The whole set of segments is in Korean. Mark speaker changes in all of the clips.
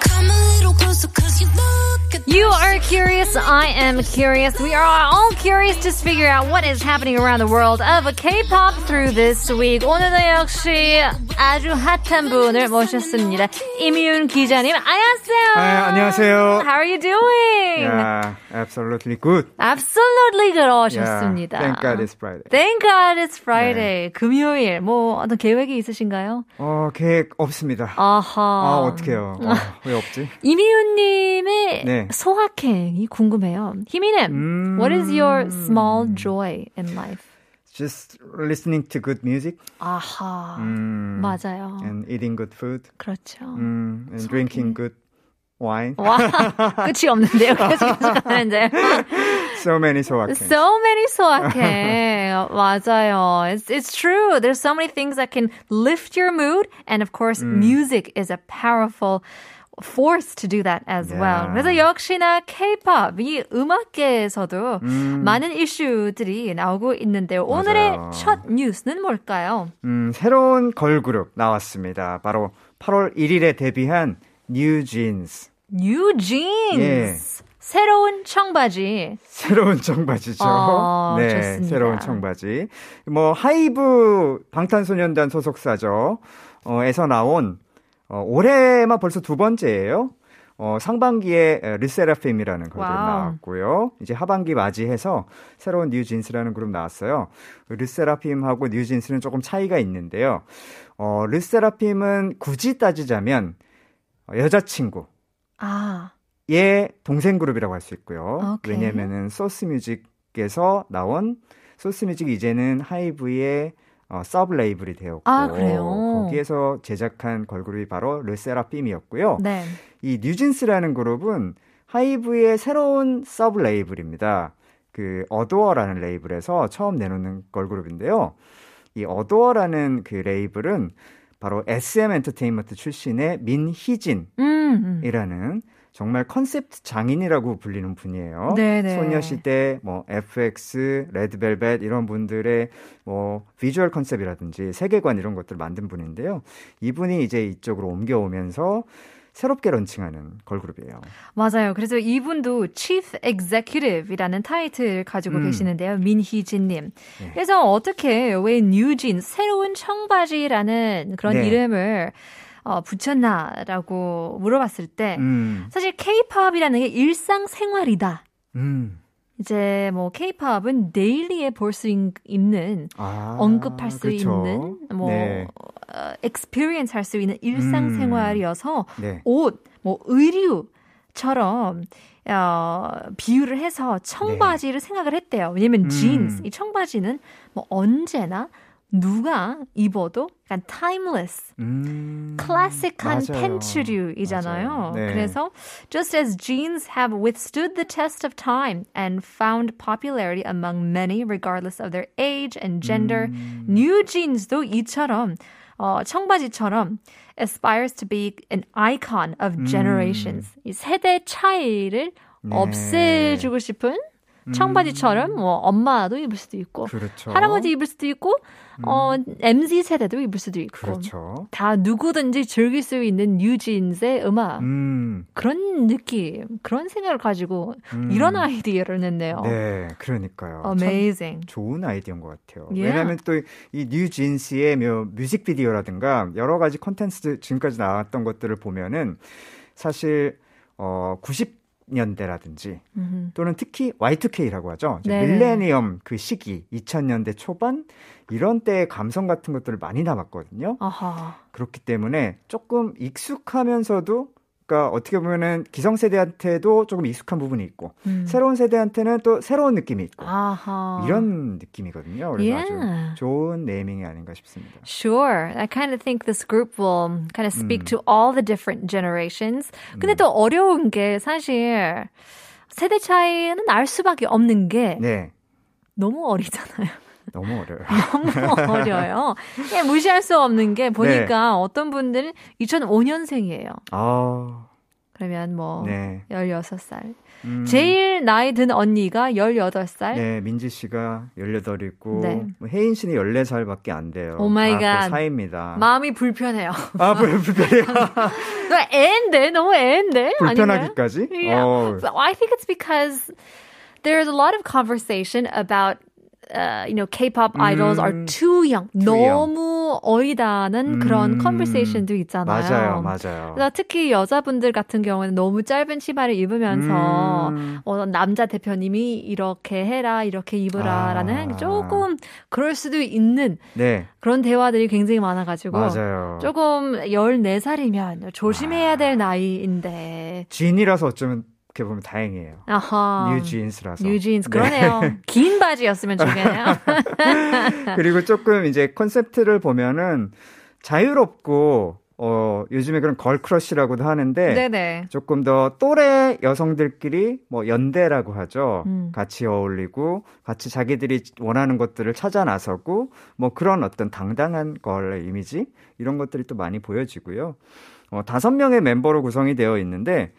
Speaker 1: Come a little closer cause you look at
Speaker 2: You are curious, I am curious. We are all curious to figure out what is happening around the world of K-pop through this week. 오늘도 역시 아주 핫한 분을 모셨습니다. 임윤 기자님, 안녕하세요.
Speaker 3: 아, 안녕하세요.
Speaker 2: How are you doing?
Speaker 3: Yeah, absolutely good.
Speaker 2: Absolutely
Speaker 3: Yeah,
Speaker 2: 그러셨습니다. 네.
Speaker 3: Thank God it's 네. Friday.
Speaker 2: Thank God it's Friday. 금요일. 뭐 어떤 계획이 있으신가요?
Speaker 3: 어, 계획 없습니다. 아,
Speaker 2: 아하.
Speaker 3: 어떡해요. 어, 왜 없지?
Speaker 2: 이미윤님의
Speaker 3: 네.
Speaker 2: 소확행이 궁금해요. 희미님,
Speaker 3: 음.
Speaker 2: what is your small joy in life?
Speaker 3: Just listening to good music
Speaker 2: 아하,
Speaker 3: 음,
Speaker 2: 맞아요.
Speaker 3: and eating good food
Speaker 2: 그렇죠.
Speaker 3: 음, and drinking good wine.
Speaker 2: 와, 끝이 없는데요. 계속 계속 가는데.
Speaker 3: So many 소확행.
Speaker 2: So many 소확행. 맞아요. It's, it's true. There's so many things that can lift your mood. And of course,
Speaker 3: Mm.
Speaker 2: music is a powerful force to do that as well.
Speaker 3: Yeah.
Speaker 2: 그래서 역시나 K-pop, 이 음악계에서도 많은 이슈들이 나오고 있는데요. 오늘의
Speaker 3: 맞아요.
Speaker 2: 첫 뉴스는 뭘까요?
Speaker 3: 음, 새로운 걸그룹 나왔습니다. 바로 8월 1일에 데뷔한 New Jeans.
Speaker 2: New jeans.
Speaker 3: 예.
Speaker 2: 새로운 청바지.
Speaker 3: 새로운 청바지죠.
Speaker 2: 어,
Speaker 3: 네,
Speaker 2: 좋습니다.
Speaker 3: 새로운 청바지. 뭐 하이브 방탄소년단 소속사죠. 어에서 나온 어 올해만 벌써 두 번째예요. 어 상반기에 에, 르세라핌이라는 그룹
Speaker 2: 와우.
Speaker 3: 나왔고요. 이제 하반기 맞이해서 새로운 뉴진스라는 그룹 나왔어요. 르세라핌하고 뉴진스는 조금 차이가 있는데요. 어 르세라핌은 굳이 따지자면 여자친구
Speaker 2: 아,
Speaker 3: 예, 동생 그룹이라고 할 수 있고요.
Speaker 2: 오케이.
Speaker 3: 왜냐면은 소스뮤직에서 나온 소스뮤직 이제는 하이브의 어, 서브 레이블이 되었고
Speaker 2: 아, 그래요?
Speaker 3: 거기에서 제작한 걸그룹이 바로 르세라핌이었고요.
Speaker 2: 네.
Speaker 3: 이 뉴진스라는 그룹은 하이브의 새로운 서브 레이블입니다. 그 어도어라는 레이블에서 처음 내놓는 걸그룹인데요. 이 어도어라는 그 레이블은 바로 SM 엔터테인먼트 출신의 민희진
Speaker 2: 음. 음.
Speaker 3: 이라는 정말 컨셉트 장인이라고 불리는 분이에요.
Speaker 2: 네네.
Speaker 3: 소녀시대, 뭐 FX, 레드벨벳 이런 분들의 뭐 비주얼 컨셉이라든지 세계관 이런 것들을 만든 분인데요. 이분이 이제 이쪽으로 옮겨오면서 새롭게 런칭하는 걸그룹이에요.
Speaker 2: 맞아요. 그래서 이분도 Chief Executive이라는 타이틀을 가지고
Speaker 3: 음. 네.
Speaker 2: 계시는데요. 민희진님. 그래서 어떻게 왜 뉴진 새로운 청바지라는 그런
Speaker 3: 네.
Speaker 2: 이름을 어, 붙였나라고 물어봤을 때
Speaker 3: 음,
Speaker 2: 사실 K-팝이라는 게 일상 생활이다.
Speaker 3: 음.
Speaker 2: 이제 뭐 K-팝은 데일리에 볼 수 있는
Speaker 3: 아,
Speaker 2: 언급할 수
Speaker 3: 그렇죠.
Speaker 2: 있는 뭐
Speaker 3: 네. 음.
Speaker 2: 어, experience 할 수 있는 일상 생활이어서
Speaker 3: 네.
Speaker 2: 옷, 뭐 의류처럼 어, 비유를 해서 청바지를 생각을 했대요. 왜냐면
Speaker 3: 네. 음.
Speaker 2: jeans 이 청바지는 뭐 언제나 누가 입어도 약간 timeless
Speaker 3: 음.
Speaker 2: 클래식한
Speaker 3: 맞아요.
Speaker 2: 팬츠류이잖아요.
Speaker 3: 맞아요. 네.
Speaker 2: 그래서 just as jeans have withstood the test of time and found popularity among many regardless of their age and
Speaker 3: 음.
Speaker 2: gender, new jeans도 이처럼 어, 청바지처럼 aspires to be an icon of generations. 이 세대 차이를
Speaker 3: 음. 네. 음.
Speaker 2: 없애주고 싶은 청바지처럼 뭐 엄마도 입을 수도 있고
Speaker 3: 그렇죠. 음.
Speaker 2: 할아버지 입을 수도 있고 어 MZ 세대도 입을 수도 있고
Speaker 3: 그렇죠.
Speaker 2: 다 누구든지 즐길 수 있는 뉴진스의 음악
Speaker 3: 음.
Speaker 2: 그런 느낌 그런 생각을 가지고 이런 아이디어를 어, 냈네요.
Speaker 3: 네, 그러니까요. 참
Speaker 2: Amazing.
Speaker 3: 좋은 아이디어인 것 같아요.
Speaker 2: Yeah.
Speaker 3: 왜냐하면 또 이 뉴진스의 뭐 뮤직비디오라든가 여러 가지 컨텐츠 지금까지 나왔던 것들을 보면은 사실 어 90년대라든지
Speaker 2: 음.
Speaker 3: 또는 특히 Y2K라고 하죠. 이제
Speaker 2: 네네.
Speaker 3: 밀레니엄 그 시기 2000년대 초반 이런 때의 감성 같은 것들을 많이 담았거든요.
Speaker 2: 아하.
Speaker 3: 그렇기 때문에 조금 익숙하면서도 그러니까 어떻게 보면은 기성세대한테도 조금 익숙한 부분이 있고
Speaker 2: 음.
Speaker 3: 새로운 세대한테는 또 새로운 느낌이 있고
Speaker 2: 아하.
Speaker 3: 이런 느낌이거든요. 그래서
Speaker 2: Yeah.
Speaker 3: 아주 좋은 네이밍이 아닌가 싶습니다.
Speaker 2: Sure. I kind of think this group will kind of speak
Speaker 3: 음.
Speaker 2: to all the different generations. 근데
Speaker 3: Mm.
Speaker 2: 또 어려운 게 사실 세대 차이는 알 수밖에 없는 게
Speaker 3: 네.
Speaker 2: 너무 어리잖아요.
Speaker 3: 너무 어려요.
Speaker 2: 너무 어려요. 예, 무시할 수 없는
Speaker 3: 네.
Speaker 2: 게 보니까 어떤 분들은 2005년생이에요.
Speaker 3: 아,
Speaker 2: 그러면 뭐
Speaker 3: 네.
Speaker 2: 16살.
Speaker 3: 음,
Speaker 2: 제일 나이 든 언니가 18살.
Speaker 3: 네, 민지 씨가 18이고
Speaker 2: 네.
Speaker 3: 뭐 혜인 씨는 14살밖에 안 돼요.
Speaker 2: 오 마이
Speaker 3: 다
Speaker 2: 갓.
Speaker 3: 그 사이입니다.
Speaker 2: 마음이 불편해요.
Speaker 3: 아, 불, 불편해요.
Speaker 2: 너 애인데 너무 애인데 아닌가요?
Speaker 3: 불편하기까지?
Speaker 2: Yeah.
Speaker 3: 어,
Speaker 2: But I think it's because there's a lot of conversation about uh, you know, K-pop idols are
Speaker 3: 음.
Speaker 2: too young.
Speaker 3: young.
Speaker 2: 너무 어리다는 그런
Speaker 3: 음.
Speaker 2: conversation도 있잖아요.
Speaker 3: 맞아요, 맞아요.
Speaker 2: 그래서 특히 여자분들 같은 경우에는 너무 짧은 치마를 입으면서
Speaker 3: 음,
Speaker 2: 어, 남자 대표님이 이렇게 해라, 이렇게
Speaker 3: 아.
Speaker 2: 입으라라는 조금 그럴 수도 있는
Speaker 3: 네,
Speaker 2: 그런 대화들이 굉장히 많아가지고
Speaker 3: 맞아요.
Speaker 2: 조금 14살이면 조심해야 될
Speaker 3: 아.
Speaker 2: 나이인데.
Speaker 3: 진이라서 어쩌면 이렇게 보면 다행이에요.
Speaker 2: 아하.
Speaker 3: 뉴진스라서. 아,
Speaker 2: 뉴진스. 그러네요. 긴 바지였으면 좋겠네요.
Speaker 3: 그리고 조금 이제 컨셉트를 보면은 자유롭고 어 요즘에 그런 걸크러쉬라고도 하는데
Speaker 2: 네네.
Speaker 3: 조금 더 또래 여성들끼리 뭐 연대라고 하죠.
Speaker 2: 음.
Speaker 3: 같이 어울리고 같이 자기들이 원하는 것들을 찾아 나서고 뭐 그런 어떤 당당한 걸의 이미지 이런 것들이 또 많이 보여지고요. 어 다섯 명의 멤버로 구성이 되어 있는데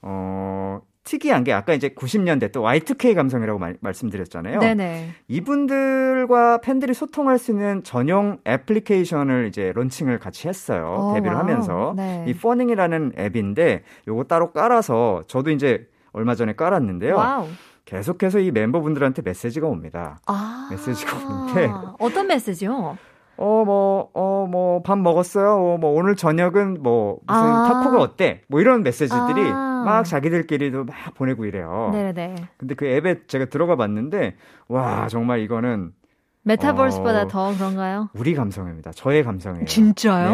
Speaker 3: 어 특이한 게 아까 이제 90년대 또 Y2K 감성이라고 말, 말씀드렸잖아요.
Speaker 2: 네네.
Speaker 3: 이분들과 팬들이 소통할 수 있는 전용 애플리케이션을 이제 론칭을 같이 했어요.
Speaker 2: 어,
Speaker 3: 데뷔를
Speaker 2: 와우.
Speaker 3: 하면서.
Speaker 2: 네.
Speaker 3: 이 퍼닝이라는 앱인데 요거 따로 깔아서 저도 이제 얼마 전에 깔았는데요.
Speaker 2: 와우.
Speaker 3: 계속해서 이 멤버분들한테 메시지가 옵니다.
Speaker 2: 아.
Speaker 3: 메시지가 오는데.
Speaker 2: 어떤 메시지요?
Speaker 3: 어, 뭐, 어, 뭐, 밥 먹었어요. 어, 뭐, 오늘 저녁은 뭐, 무슨
Speaker 2: 아.
Speaker 3: 타코가 어때? 뭐 이런 메시지들이
Speaker 2: 아.
Speaker 3: 막 자기들끼리도 막 보내고 이래요.
Speaker 2: 네네.
Speaker 3: 근데 그 앱에 제가 들어가 봤는데, 와, 정말 이거는
Speaker 2: 메타버스보다
Speaker 3: 어. 네.
Speaker 2: 더 그런가요?
Speaker 3: 우리 감성입니다. 저의 감성이에요.
Speaker 2: 진짜요?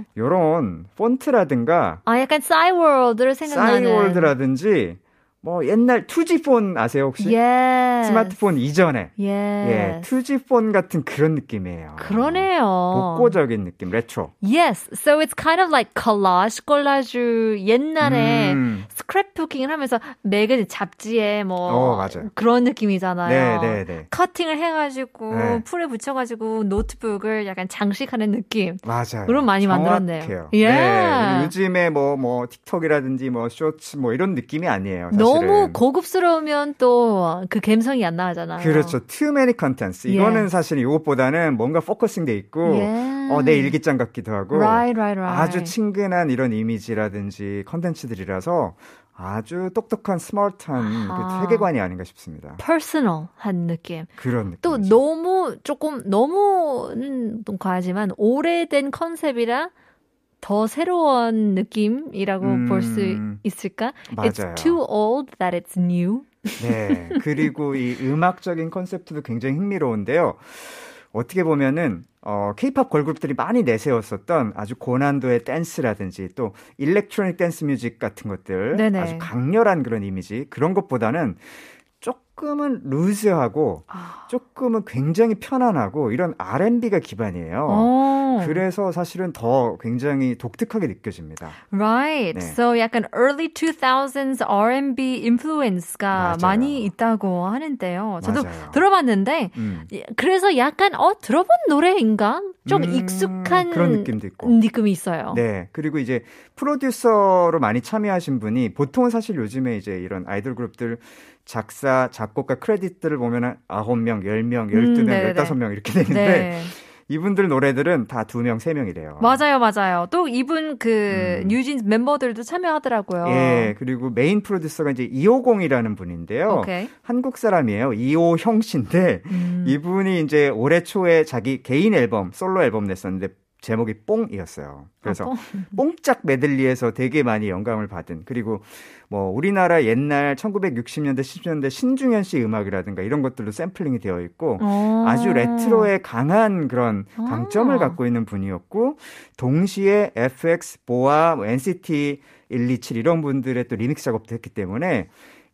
Speaker 3: 네. 요런 폰트라든가
Speaker 2: 아, 약간 싸이월드를 생각나는.
Speaker 3: 싸이월드라든지 뭐 옛날 2G 폰 아세요 혹시?
Speaker 2: 예.
Speaker 3: 스마트폰 이전에
Speaker 2: 예.
Speaker 3: 예, 2G 폰 같은 그런 느낌이에요.
Speaker 2: 그러네요.
Speaker 3: 복고적인 느낌, 레트로.
Speaker 2: Yes. So it's kind of like collage, 콜라주 옛날에
Speaker 3: 음,
Speaker 2: 스크랩부킹을 하면서 매거진 잡지에 뭐
Speaker 3: 어, 맞아요.
Speaker 2: 그런
Speaker 3: 네,
Speaker 2: 느낌이잖아요.
Speaker 3: 네, 네.
Speaker 2: 커팅을 해가지고
Speaker 3: 네.
Speaker 2: 풀에 붙여가지고 노트북을 약간 장식하는 느낌.
Speaker 3: 맞아요.
Speaker 2: 그럼 많이 만들었네요.
Speaker 3: 정확해요.
Speaker 2: 예.
Speaker 3: 네, 요즘에 뭐, 뭐, 틱톡이라든지 뭐, 쇼츠 뭐, 이런 느낌이 아니에요. 사실은.
Speaker 2: 너무 고급스러우면 또 그 감성이 안 나잖아요.
Speaker 3: 그렇죠. too many contents.
Speaker 2: 예.
Speaker 3: 이거는 사실 이것보다는 뭔가 포커싱 돼 있고,
Speaker 2: 예.
Speaker 3: 어, 내 일기장 같기도 하고,
Speaker 2: Right, right, right.
Speaker 3: 아주 친근한 이런 이미지라든지 컨텐츠들이라서 아주 똑똑한 스마트한
Speaker 2: 아.
Speaker 3: 그 세계관이 아닌가 싶습니다.
Speaker 2: 퍼스널한 느낌.
Speaker 3: 그런 느낌.
Speaker 2: 또 너무 조금 너무는 좀 과하지만 오래된 컨셉이라 더 새로운 느낌이라고
Speaker 3: 음,
Speaker 2: 볼 수 있을까?
Speaker 3: 맞아요.
Speaker 2: It's too old that it's new.
Speaker 3: 네. 그리고 이 음악적인 컨셉트도 굉장히 흥미로운데요. 어떻게 보면은 어 케이팝 걸그룹들이 많이 내세웠었던 아주 고난도의 댄스라든지 또 일렉트로닉 댄스 뮤직 같은 것들
Speaker 2: 네네.
Speaker 3: 아주 강렬한 그런 이미지 그런 것보다는 조금은 루즈하고
Speaker 2: 아.
Speaker 3: 조금은 굉장히 편안하고 이런 R&B가 기반이에요.
Speaker 2: 어.
Speaker 3: 그래서 사실은 더 굉장히 독특하게 느껴집니다.
Speaker 2: Right.
Speaker 3: 네.
Speaker 2: So 약간 early 2000s R&B 인플루언스가
Speaker 3: 맞아요.
Speaker 2: 많이 있다고 하는데요. 어, 저도
Speaker 3: 맞아요.
Speaker 2: 들어봤는데
Speaker 3: 음.
Speaker 2: 예, 그래서 약간 어 들어본 노래인가? 좀
Speaker 3: 음,
Speaker 2: 익숙한
Speaker 3: 그런 느낌도 있고.
Speaker 2: 느낌이 있어요.
Speaker 3: 네. 그리고 이제 프로듀서로 많이 참여하신 분이 보통은 사실 요즘에 이제 이런 아이돌 그룹들 작사, 작곡가 크레딧들을 보면 은 9명, 10명, 12명,
Speaker 2: 음, 네네네.
Speaker 3: 15명 이렇게 되는데
Speaker 2: 네.
Speaker 3: 이분들 노래들은 다 2명, 3명이래요.
Speaker 2: 맞아요, 맞아요. 또 이분 그
Speaker 3: 음.
Speaker 2: 뉴진 멤버들도 참여하더라고요.
Speaker 3: 예. 그리고 메인 프로듀서가 이제 250이라는 분인데요.
Speaker 2: 오케이.
Speaker 3: 한국 사람이에요. 이호형 씨인데
Speaker 2: 음.
Speaker 3: 이분이 이제 올해 초에 자기 개인 앨범, 솔로 앨범 냈었는데 제목이 뽕이었어요. 그래서
Speaker 2: 아, 뽕? 음.
Speaker 3: 뽕짝 메들리에서 되게 많이 영감을 받은 그리고 뭐 우리나라 옛날 1960년대 70년대 신중현 씨 음악이라든가 이런 것들로 샘플링이 되어 있고
Speaker 2: 어.
Speaker 3: 아주 레트로의 강한 그런
Speaker 2: 아.
Speaker 3: 강점을 갖고 있는 분이었고 동시에 FX, 보아, 뭐 NCT 127 이런 분들의 또 리믹스 작업도 했기 때문에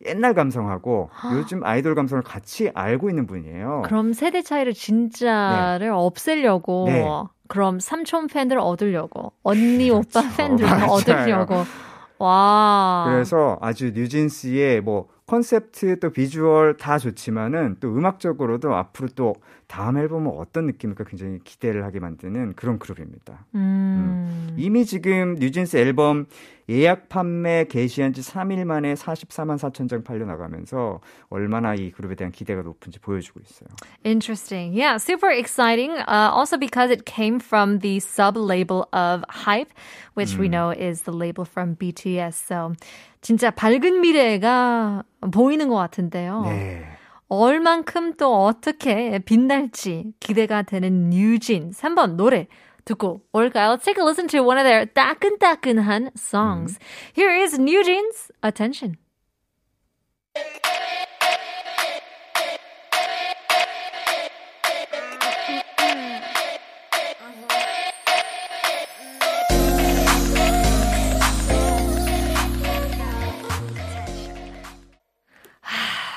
Speaker 3: 옛날 감성하고 요즘 아이돌 감성을 같이 알고 있는 분이에요.
Speaker 2: 그럼 세대 차이를 진짜를 없애려고
Speaker 3: 네.
Speaker 2: 그럼 삼촌 팬들 얻으려고 언니 오빠 팬들 다
Speaker 3: 그렇죠. 맞아요.
Speaker 2: 얻으려고 와
Speaker 3: 그래서 아주 뉴진스의 뭐 컨셉트 또 비주얼 다 좋지만은 또 음악적으로도 앞으로 또 다음 앨범은 어떤 느낌일까 굉장히 기대를 하게 만드는 그런 그룹입니다.
Speaker 2: 음.
Speaker 3: 이미 지금 뉴진스 앨범 예약 판매 개시한 지 3일 만에 44만 4천 장 팔려나가면서 얼마나 이 그룹에 대한 기대가 높은지 보여주고 있어요.
Speaker 2: Interesting. Yeah, super exciting. Uh, also because it came from the sub label of Hype, which
Speaker 3: 음.
Speaker 2: we know is the label from BTS. So 진짜 밝은 미래가 보이는 것 같은데요.
Speaker 3: 네.
Speaker 2: 얼만큼 또 어떻게 빛날지 기대가 되는 뉴진 3번 노래 듣고 올까요? Let's take a listen to one of their 따끈따끈한 songs.
Speaker 3: 음.
Speaker 2: Here is 뉴진's Attention.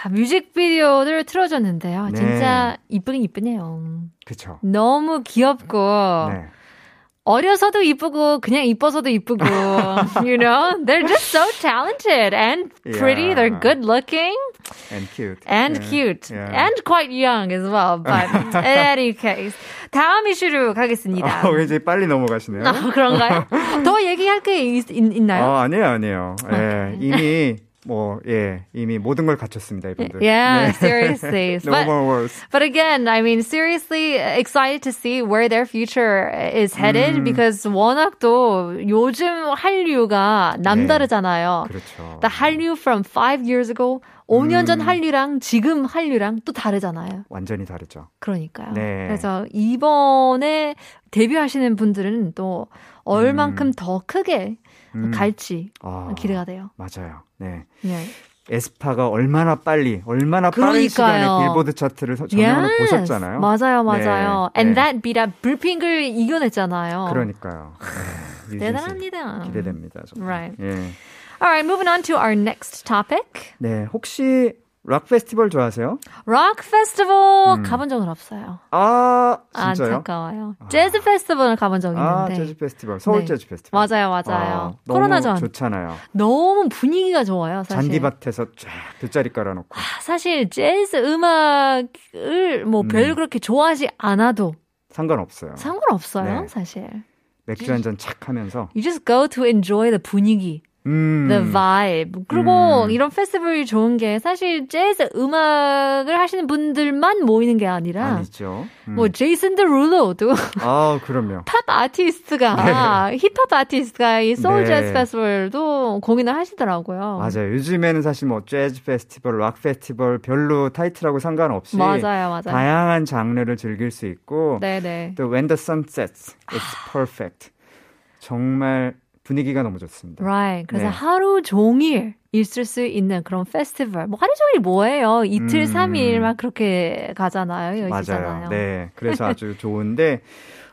Speaker 2: 아, 뮤직비디오를 틀어줬는데요.
Speaker 3: 네.
Speaker 2: 진짜 이쁘긴 이쁘네요.
Speaker 3: 그쵸.
Speaker 2: 너무 귀엽고
Speaker 3: 네.
Speaker 2: 어려서도 이쁘고 그냥 이뻐서도 이쁘고 you know they're just so talented and pretty
Speaker 3: Yeah.
Speaker 2: they're good looking
Speaker 3: And cute.
Speaker 2: and
Speaker 3: 네.
Speaker 2: cute
Speaker 3: Yeah.
Speaker 2: and quite young as well but in any case 다음 이슈로 가겠습니다
Speaker 3: 어, 굉장히 빨리 넘어가시네요.
Speaker 2: 아, 그런가요? 더 얘기할 게 있, 나요
Speaker 3: 아, 아니에요, 아니에요. 예, 이미 뭐 예, 이미 모든 걸 갖췄습니다,
Speaker 2: 예,
Speaker 3: 이분들.
Speaker 2: yeah
Speaker 3: 네.
Speaker 2: seriously
Speaker 3: No
Speaker 2: But-
Speaker 3: more words.
Speaker 2: But again, I mean, seriously excited to see where their future is headed
Speaker 3: 음.
Speaker 2: because 워낙 또 요즘 한류가 남다르잖아요.
Speaker 3: 그렇죠.
Speaker 2: The 한류 from five years ago, 5년
Speaker 3: 음.
Speaker 2: 전 한류랑 지금 한류랑 또 다르잖아요.
Speaker 3: 완전히 다르죠.
Speaker 2: 그러니까요.
Speaker 3: 네.
Speaker 2: 그래서 이번에 데뷔하시는 분들은 또 얼만큼 더 크게 갈지
Speaker 3: 음. 아,
Speaker 2: 어, 기대가 돼요.
Speaker 3: 맞아요. 네.
Speaker 2: 네.
Speaker 3: 에스파가 얼마나 빨리, 얼마나 빠른
Speaker 2: 그러니까요.
Speaker 3: 시간에 빌보드 차트를 서- 정면으로
Speaker 2: 네. Yes.
Speaker 3: 보셨잖아요.
Speaker 2: 맞아요, 맞아요.
Speaker 3: 네,
Speaker 2: And
Speaker 3: 네.
Speaker 2: that beat up 불핑을 이겨냈잖아요.
Speaker 3: 그러니까요. 네, 유진 씨
Speaker 2: 대단합니다.
Speaker 3: 기대됩니다. 정말.
Speaker 2: Right.
Speaker 3: 예.
Speaker 2: All right, moving on to our next topic.
Speaker 3: 네, 혹시 락 페스티벌 좋아하세요?
Speaker 2: Rock festival 가본 적은 없어요.
Speaker 3: 아, 음. 진짜요?
Speaker 2: 안타까워요. 재즈 페스티벌을 가본 적이
Speaker 3: 아,
Speaker 2: 있는데.
Speaker 3: 재즈 페스티벌, 서울
Speaker 2: 네.
Speaker 3: 재즈 페스티벌.
Speaker 2: 맞아요,
Speaker 3: 아,
Speaker 2: 맞아요.
Speaker 3: 너무
Speaker 2: 코로나 전
Speaker 3: 좋잖아요.
Speaker 2: 너무 분위기가 좋아요, 사실.
Speaker 3: 잔디밭에서 쫙 돗자리 깔아놓고.
Speaker 2: 사실 재즈 음악을 뭐 별 그렇게 좋아하지 않아도
Speaker 3: 상관없어요.
Speaker 2: 상관없어요,
Speaker 3: 네.
Speaker 2: 사실.
Speaker 3: 맥주 한 잔 착 하면서.
Speaker 2: You just go to enjoy the 분위기.
Speaker 3: 음.
Speaker 2: The vibe. 그리고 이런 페스티벌이 좋은 게 사실 재즈 음악을 하시는 분들만 모이는 게 아니라
Speaker 3: 아니죠. 음.
Speaker 2: 뭐 제이슨 드룰로도
Speaker 3: 아, 그럼요.
Speaker 2: 힙합 아티스트가 힙합 아티스트가 이 소울
Speaker 3: 네.
Speaker 2: 재즈 페스티벌도 공연을 하시더라고요.
Speaker 3: 맞아요. 요즘에는 사실 뭐 재즈 페스티벌, 락 페스티벌 별로 타이틀하고 상관없이
Speaker 2: 맞아요, 맞아요.
Speaker 3: 다양한 장르를 즐길 수 있고
Speaker 2: 네네.
Speaker 3: 또 When the Sun Sets, It's Perfect. 정말 분위기가 너무 좋습니다.
Speaker 2: Right. 그래서
Speaker 3: 네.
Speaker 2: 하루 종일 있을 수 있는 그런 페스티벌. 뭐 하루 종일 뭐예요? 이틀,
Speaker 3: 음.
Speaker 2: 삼일막 그렇게 가잖아요. 여기잖아요.
Speaker 3: 네. 그래서 아주 좋은데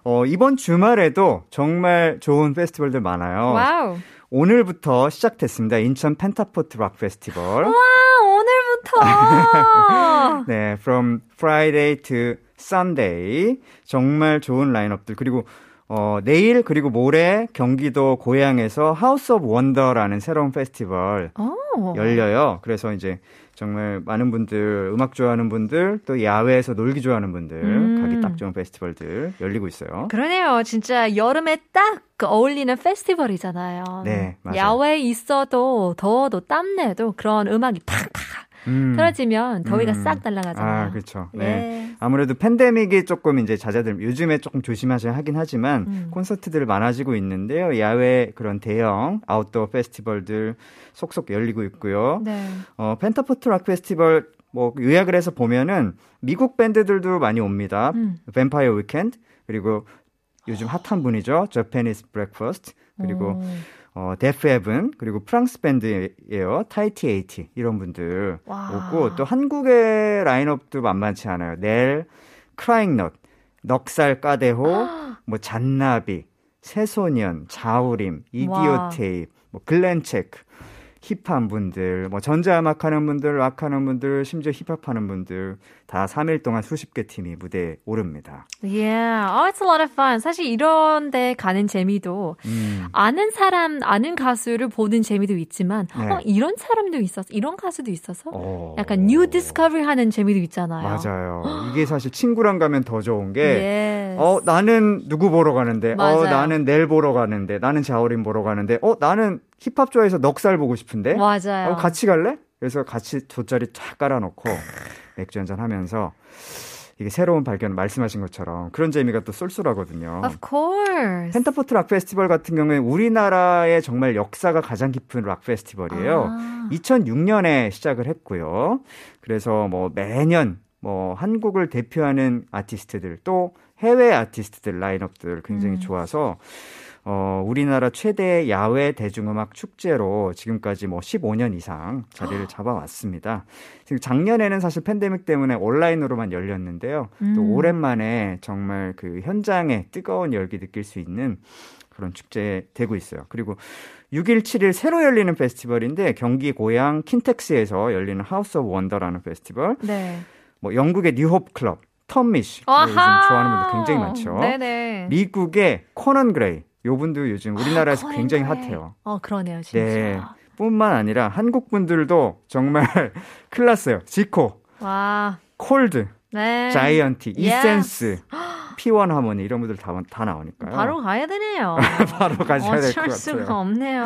Speaker 3: 어, 이번 주말에도 정말 좋은 페스티벌들 많아요.
Speaker 2: 와우.
Speaker 3: 오늘부터 시작됐습니다. 인천 펜타포트 락 페스티벌.
Speaker 2: 아, 오늘부터.
Speaker 3: 네, from Friday to Sunday. 정말 좋은 라인업들. 그리고 어, 내일 그리고 모레 경기도 고양에서 하우스 오브 원더라는 새로운 페스티벌
Speaker 2: 오.
Speaker 3: 열려요. 그래서 이제 정말 많은 분들, 음악 좋아하는 분들, 또 야외에서 놀기 좋아하는 분들,
Speaker 2: 음.
Speaker 3: 가기 딱 좋은 페스티벌들 열리고 있어요.
Speaker 2: 그러네요. 진짜 여름에 딱 어울리는 페스티벌이잖아요.
Speaker 3: 네, 맞아요.
Speaker 2: 야외에 있어도 더워도 땀내도 그런 음악이 팍팍
Speaker 3: 음.
Speaker 2: 떨어지면 더위가
Speaker 3: 음.
Speaker 2: 싹 날아가잖아요.
Speaker 3: 아, 그렇죠.
Speaker 2: 그, 예.
Speaker 3: 네. 아무래도 팬데믹이 조금 이제 잦아들 요즘에 조금 조심하셔야 하긴 하지만 콘서트들 많아지고 있는데요. 야외 그런 대형 아웃도어 페스티벌들 속속 열리고 있고요.
Speaker 2: 네.
Speaker 3: 어, 펜타포트 락 페스티벌 뭐 요약을 해서 보면은 미국 밴드들도 많이 옵니다. 뱀파이어 위켄드 그리고 요즘 핫한 분이죠. 저페니스 브렉퍼스트 그리고
Speaker 2: 음.
Speaker 3: 어, 데프 헤븐 그리고 프랑스 밴드예요. 타이티 에이티 이런 분들
Speaker 2: 와.
Speaker 3: 오고 또 한국의 라인업도 만만치 않아요. 넬, 크라잉넛, 넉살 까데호, 뭐 잔나비, 새소년, 자우림,
Speaker 2: 와.
Speaker 3: 이디오테이, 뭐 글렌체크 힙한 분들, 뭐 전자음악 하는 분들, 락 하는 분들, 심지어 힙합 하는 분들 다 3일 동안 수십 개 팀이 무대에 오릅니다.
Speaker 2: Yeah. Oh, it's a lot of fun. 사실 이런 데 가는 재미도 아는 사람, 아는 가수를 보는 재미도 있지만
Speaker 3: 네.
Speaker 2: 어, 이런 사람도 있어서 이런 가수도 있어서
Speaker 3: 어.
Speaker 2: 약간 new discovery 하는 재미도 있잖아요.
Speaker 3: 맞아요. 이게 사실 친구랑 가면 더 좋은 게
Speaker 2: Yes.
Speaker 3: 어, 나는 누구 보러 가는데, 어,
Speaker 2: 맞아요.
Speaker 3: 나는 넬 보러 가는데, 나는 자우림 보러 가는데, 어, 나는 힙합 좋아해서 넉살 보고 싶은데,
Speaker 2: 맞아요.
Speaker 3: 어, 같이 갈래? 그래서 같이 돗자리 쫙 깔아놓고 맥주 한잔 하면서 이게 새로운 발견 말씀하신 것처럼 그런 재미가 또 쏠쏠하거든요.
Speaker 2: Of course.
Speaker 3: 펜타포트 락 페스티벌 같은 경우에 우리나라의 정말 역사가 가장 깊은 락 페스티벌이에요.
Speaker 2: 아.
Speaker 3: 2006년에 시작을 했고요. 그래서 뭐 매년 뭐 한국을 대표하는 아티스트들 또 해외 아티스트들 라인업들 굉장히 좋아서 어 우리나라 최대 야외 대중음악 축제로 지금까지 뭐 15년 이상 자리를 잡아왔습니다. 지금 작년에는 사실 팬데믹 때문에 온라인으로만 열렸는데요. 또
Speaker 2: 음.
Speaker 3: 오랜만에 정말 그 현장의 뜨거운 열기 느낄 수 있는 그런 축제 되고 있어요. 그리고 6일, 7일 새로 열리는 페스티벌인데 경기 고향 킨텍스에서 열리는 하우스 오브 원더라는 페스티벌,
Speaker 2: 네.
Speaker 3: 뭐 영국의 뉴홉 클럽, 텀미시 요즘 좋아하는 분들 굉장히 많죠.
Speaker 2: 네네.
Speaker 3: 미국의 코넌 그레이 요 분도 요즘 우리나라에서
Speaker 2: 아,
Speaker 3: 굉장히
Speaker 2: 그러네.
Speaker 3: 핫해요.
Speaker 2: 어, 그러네요, 진짜.
Speaker 3: 네. 뿐만 아니라 한국 분들도 정말 큰일 났어요. 지코,
Speaker 2: 와.
Speaker 3: 콜드,
Speaker 2: 네.
Speaker 3: 자이언티,
Speaker 2: Yes.
Speaker 3: 이센스, 피원 하모니 이런 분들 다, 다 나오니까요.
Speaker 2: 바로 가야 되네요.
Speaker 3: 바로 가셔야 될것
Speaker 2: 어쩔
Speaker 3: 같아요.
Speaker 2: 수가 없네요.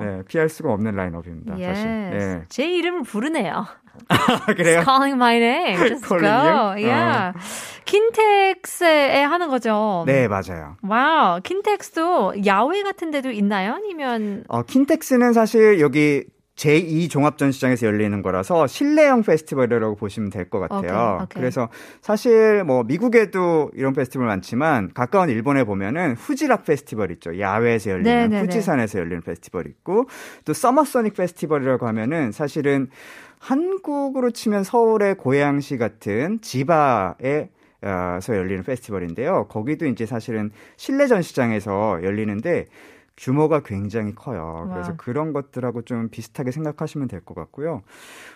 Speaker 3: 네, 피할 수가 없는 라인업입니다. 사실.
Speaker 2: Yes.
Speaker 3: 네.
Speaker 2: 제 이름을 부르네요.
Speaker 3: 아, 그래요?
Speaker 2: It's calling my name. Just go.
Speaker 3: Calling you? 어.
Speaker 2: Yeah. 킨텍스에 하는 거죠.
Speaker 3: 네, 맞아요.
Speaker 2: 와우. 킨텍스도 야외 같은 데도 있나요? 아니면
Speaker 3: 어, 킨텍스는 사실 여기 제2 종합전시장에서 열리는 거라서 실내형 페스티벌이라고 보시면 될 것 같아요.
Speaker 2: 오케이, 오케이.
Speaker 3: 그래서 사실 뭐 미국에도 이런 페스티벌 많지만 가까운 일본에 보면은 후지락 페스티벌 있죠. 야외에서 열리는
Speaker 2: 네, 네, 네.
Speaker 3: 후지산에서 열리는 페스티벌 있고 또 서머서닉 페스티벌이라고 하면은 사실은 한국으로 치면 서울의 고양시 같은 지바에 서 열리는 페스티벌인데요. 거기도 이제 사실은 실내 전시장에서 열리는데 규모가 굉장히 커요. 그래서
Speaker 2: 와우.
Speaker 3: 그런 것들하고 좀 비슷하게 생각하시면 될 것 같고요.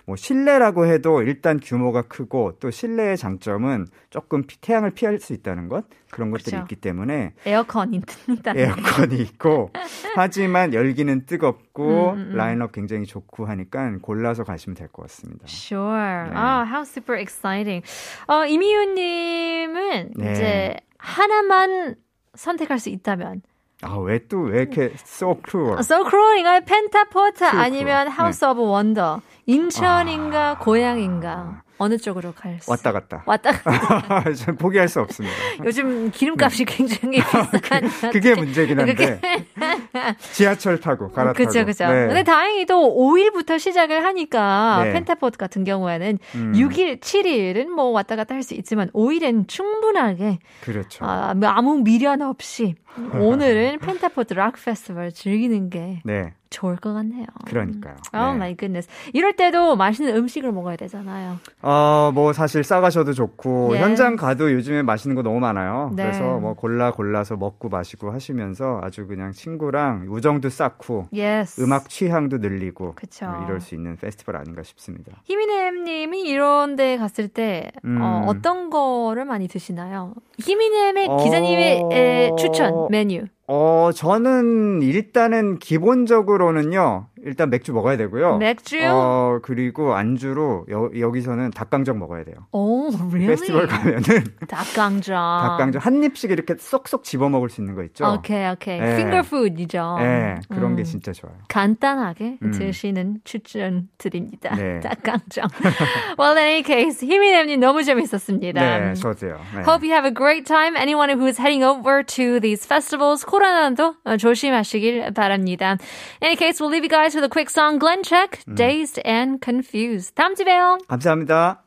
Speaker 3: 뭐 실내라고 해도 일단 규모가 크고 또 실내의 장점은 조금 피- 태양을 피할 수 있다는 것 그런 것들이
Speaker 2: 그렇죠.
Speaker 3: 있기 때문에
Speaker 2: 에어컨이 뜹니다.
Speaker 3: 에어컨이 있고 하지만 열기는 뜨겁고
Speaker 2: 음, 음, 음.
Speaker 3: 라인업 굉장히 좋고 하니까 골라서 가시면 될 것 같습니다.
Speaker 2: Sure.
Speaker 3: 네.
Speaker 2: 아, how super exciting. 어, 이미윤 님은
Speaker 3: 네.
Speaker 2: 이제 하나만 선택할 수 있다면
Speaker 3: 아 왜 또 왜 이렇게 so cruel?
Speaker 2: So Cruel인가요? 펜타포타
Speaker 3: Cruel,
Speaker 2: 아니면
Speaker 3: Cruel.
Speaker 2: House of Wonder. 인천인가
Speaker 3: 네. 아.
Speaker 2: 고향인가 어느 쪽으로 갈 수?
Speaker 3: 왔다 갔다.
Speaker 2: 왔다 갔다.
Speaker 3: 전 포기할 수 없습니다.
Speaker 2: 요즘 기름값이 굉장히 비싸니까.
Speaker 3: 네. 아, 그게 문제긴 한데 지하철 타고 갈아타고.
Speaker 2: 그죠, 그죠.
Speaker 3: 네.
Speaker 2: 근데 다행히 또 5일부터 시작을 하니까
Speaker 3: 네.
Speaker 2: 펜타포트 같은 경우에는
Speaker 3: 음,
Speaker 2: 6일, 7일은 뭐 왔다 갔다 할 수 있지만 5일엔 충분하게
Speaker 3: 그렇죠.
Speaker 2: 아, 뭐 아무 미련 없이 오늘은 펜타포트 락 페스티벌 즐기는 게
Speaker 3: 네,
Speaker 2: 좋을 것 같네요.
Speaker 3: 그러니까요.
Speaker 2: Oh
Speaker 3: 네.
Speaker 2: my goodness. 이럴 때도 맛있는 음식을 먹어야 되잖아요.
Speaker 3: 어, 뭐 사실 싸가셔도 좋고
Speaker 2: 예.
Speaker 3: 현장 가도 요즘에 맛있는 거 너무 많아요.
Speaker 2: 네.
Speaker 3: 그래서 뭐 골라 골라서 먹고 마시고 하시면서 아주 그냥 친구랑 우정도 쌓고
Speaker 2: Yes.
Speaker 3: 음악 취향도 늘리고
Speaker 2: 그쵸.
Speaker 3: 뭐 이럴 수 있는 페스티벌 아닌가 싶습니다.
Speaker 2: 히미넴님이 이런 데 갔을 때
Speaker 3: 음.
Speaker 2: 어, 떤 거를 많이 드시나요? 히미넴의
Speaker 3: 어.
Speaker 2: 기자님의 에, 추천 메뉴.
Speaker 3: 어, 저는 일단은 기본적으로는요. 일단 맥주 먹어야 되고요.
Speaker 2: 맥주?
Speaker 3: 어, 그리고 안주로 여, 여기서는 닭강정 먹어야 돼요.
Speaker 2: 오, really?
Speaker 3: 페스티벌 가면은
Speaker 2: 닭강정.
Speaker 3: 닭강정 한 입씩 이렇게 쏙쏙 집어 먹을 수 있는 거 있죠.
Speaker 2: 오케이, 오케이.
Speaker 3: 예.
Speaker 2: 핑거 푸드이죠.
Speaker 3: 예, 그런 게
Speaker 2: 음.
Speaker 3: 진짜 좋아요.
Speaker 2: 간단하게
Speaker 3: 음.
Speaker 2: 드시는 추천 드립니다.
Speaker 3: 네.
Speaker 2: 닭강정. well, in any case, 히미넴님 너무 재밌었습니다.
Speaker 3: 네, 저도요. 네.
Speaker 2: Hope you have a great time. Anyone who's heading over to these festivals, 코로나도 어, 조심하시길 바랍니다. In any
Speaker 3: 음.
Speaker 2: case, we'll leave you guys with a quick song. Glenn Check, Dazed and Confused. 다음 주에 봬요.
Speaker 3: 감사합니다.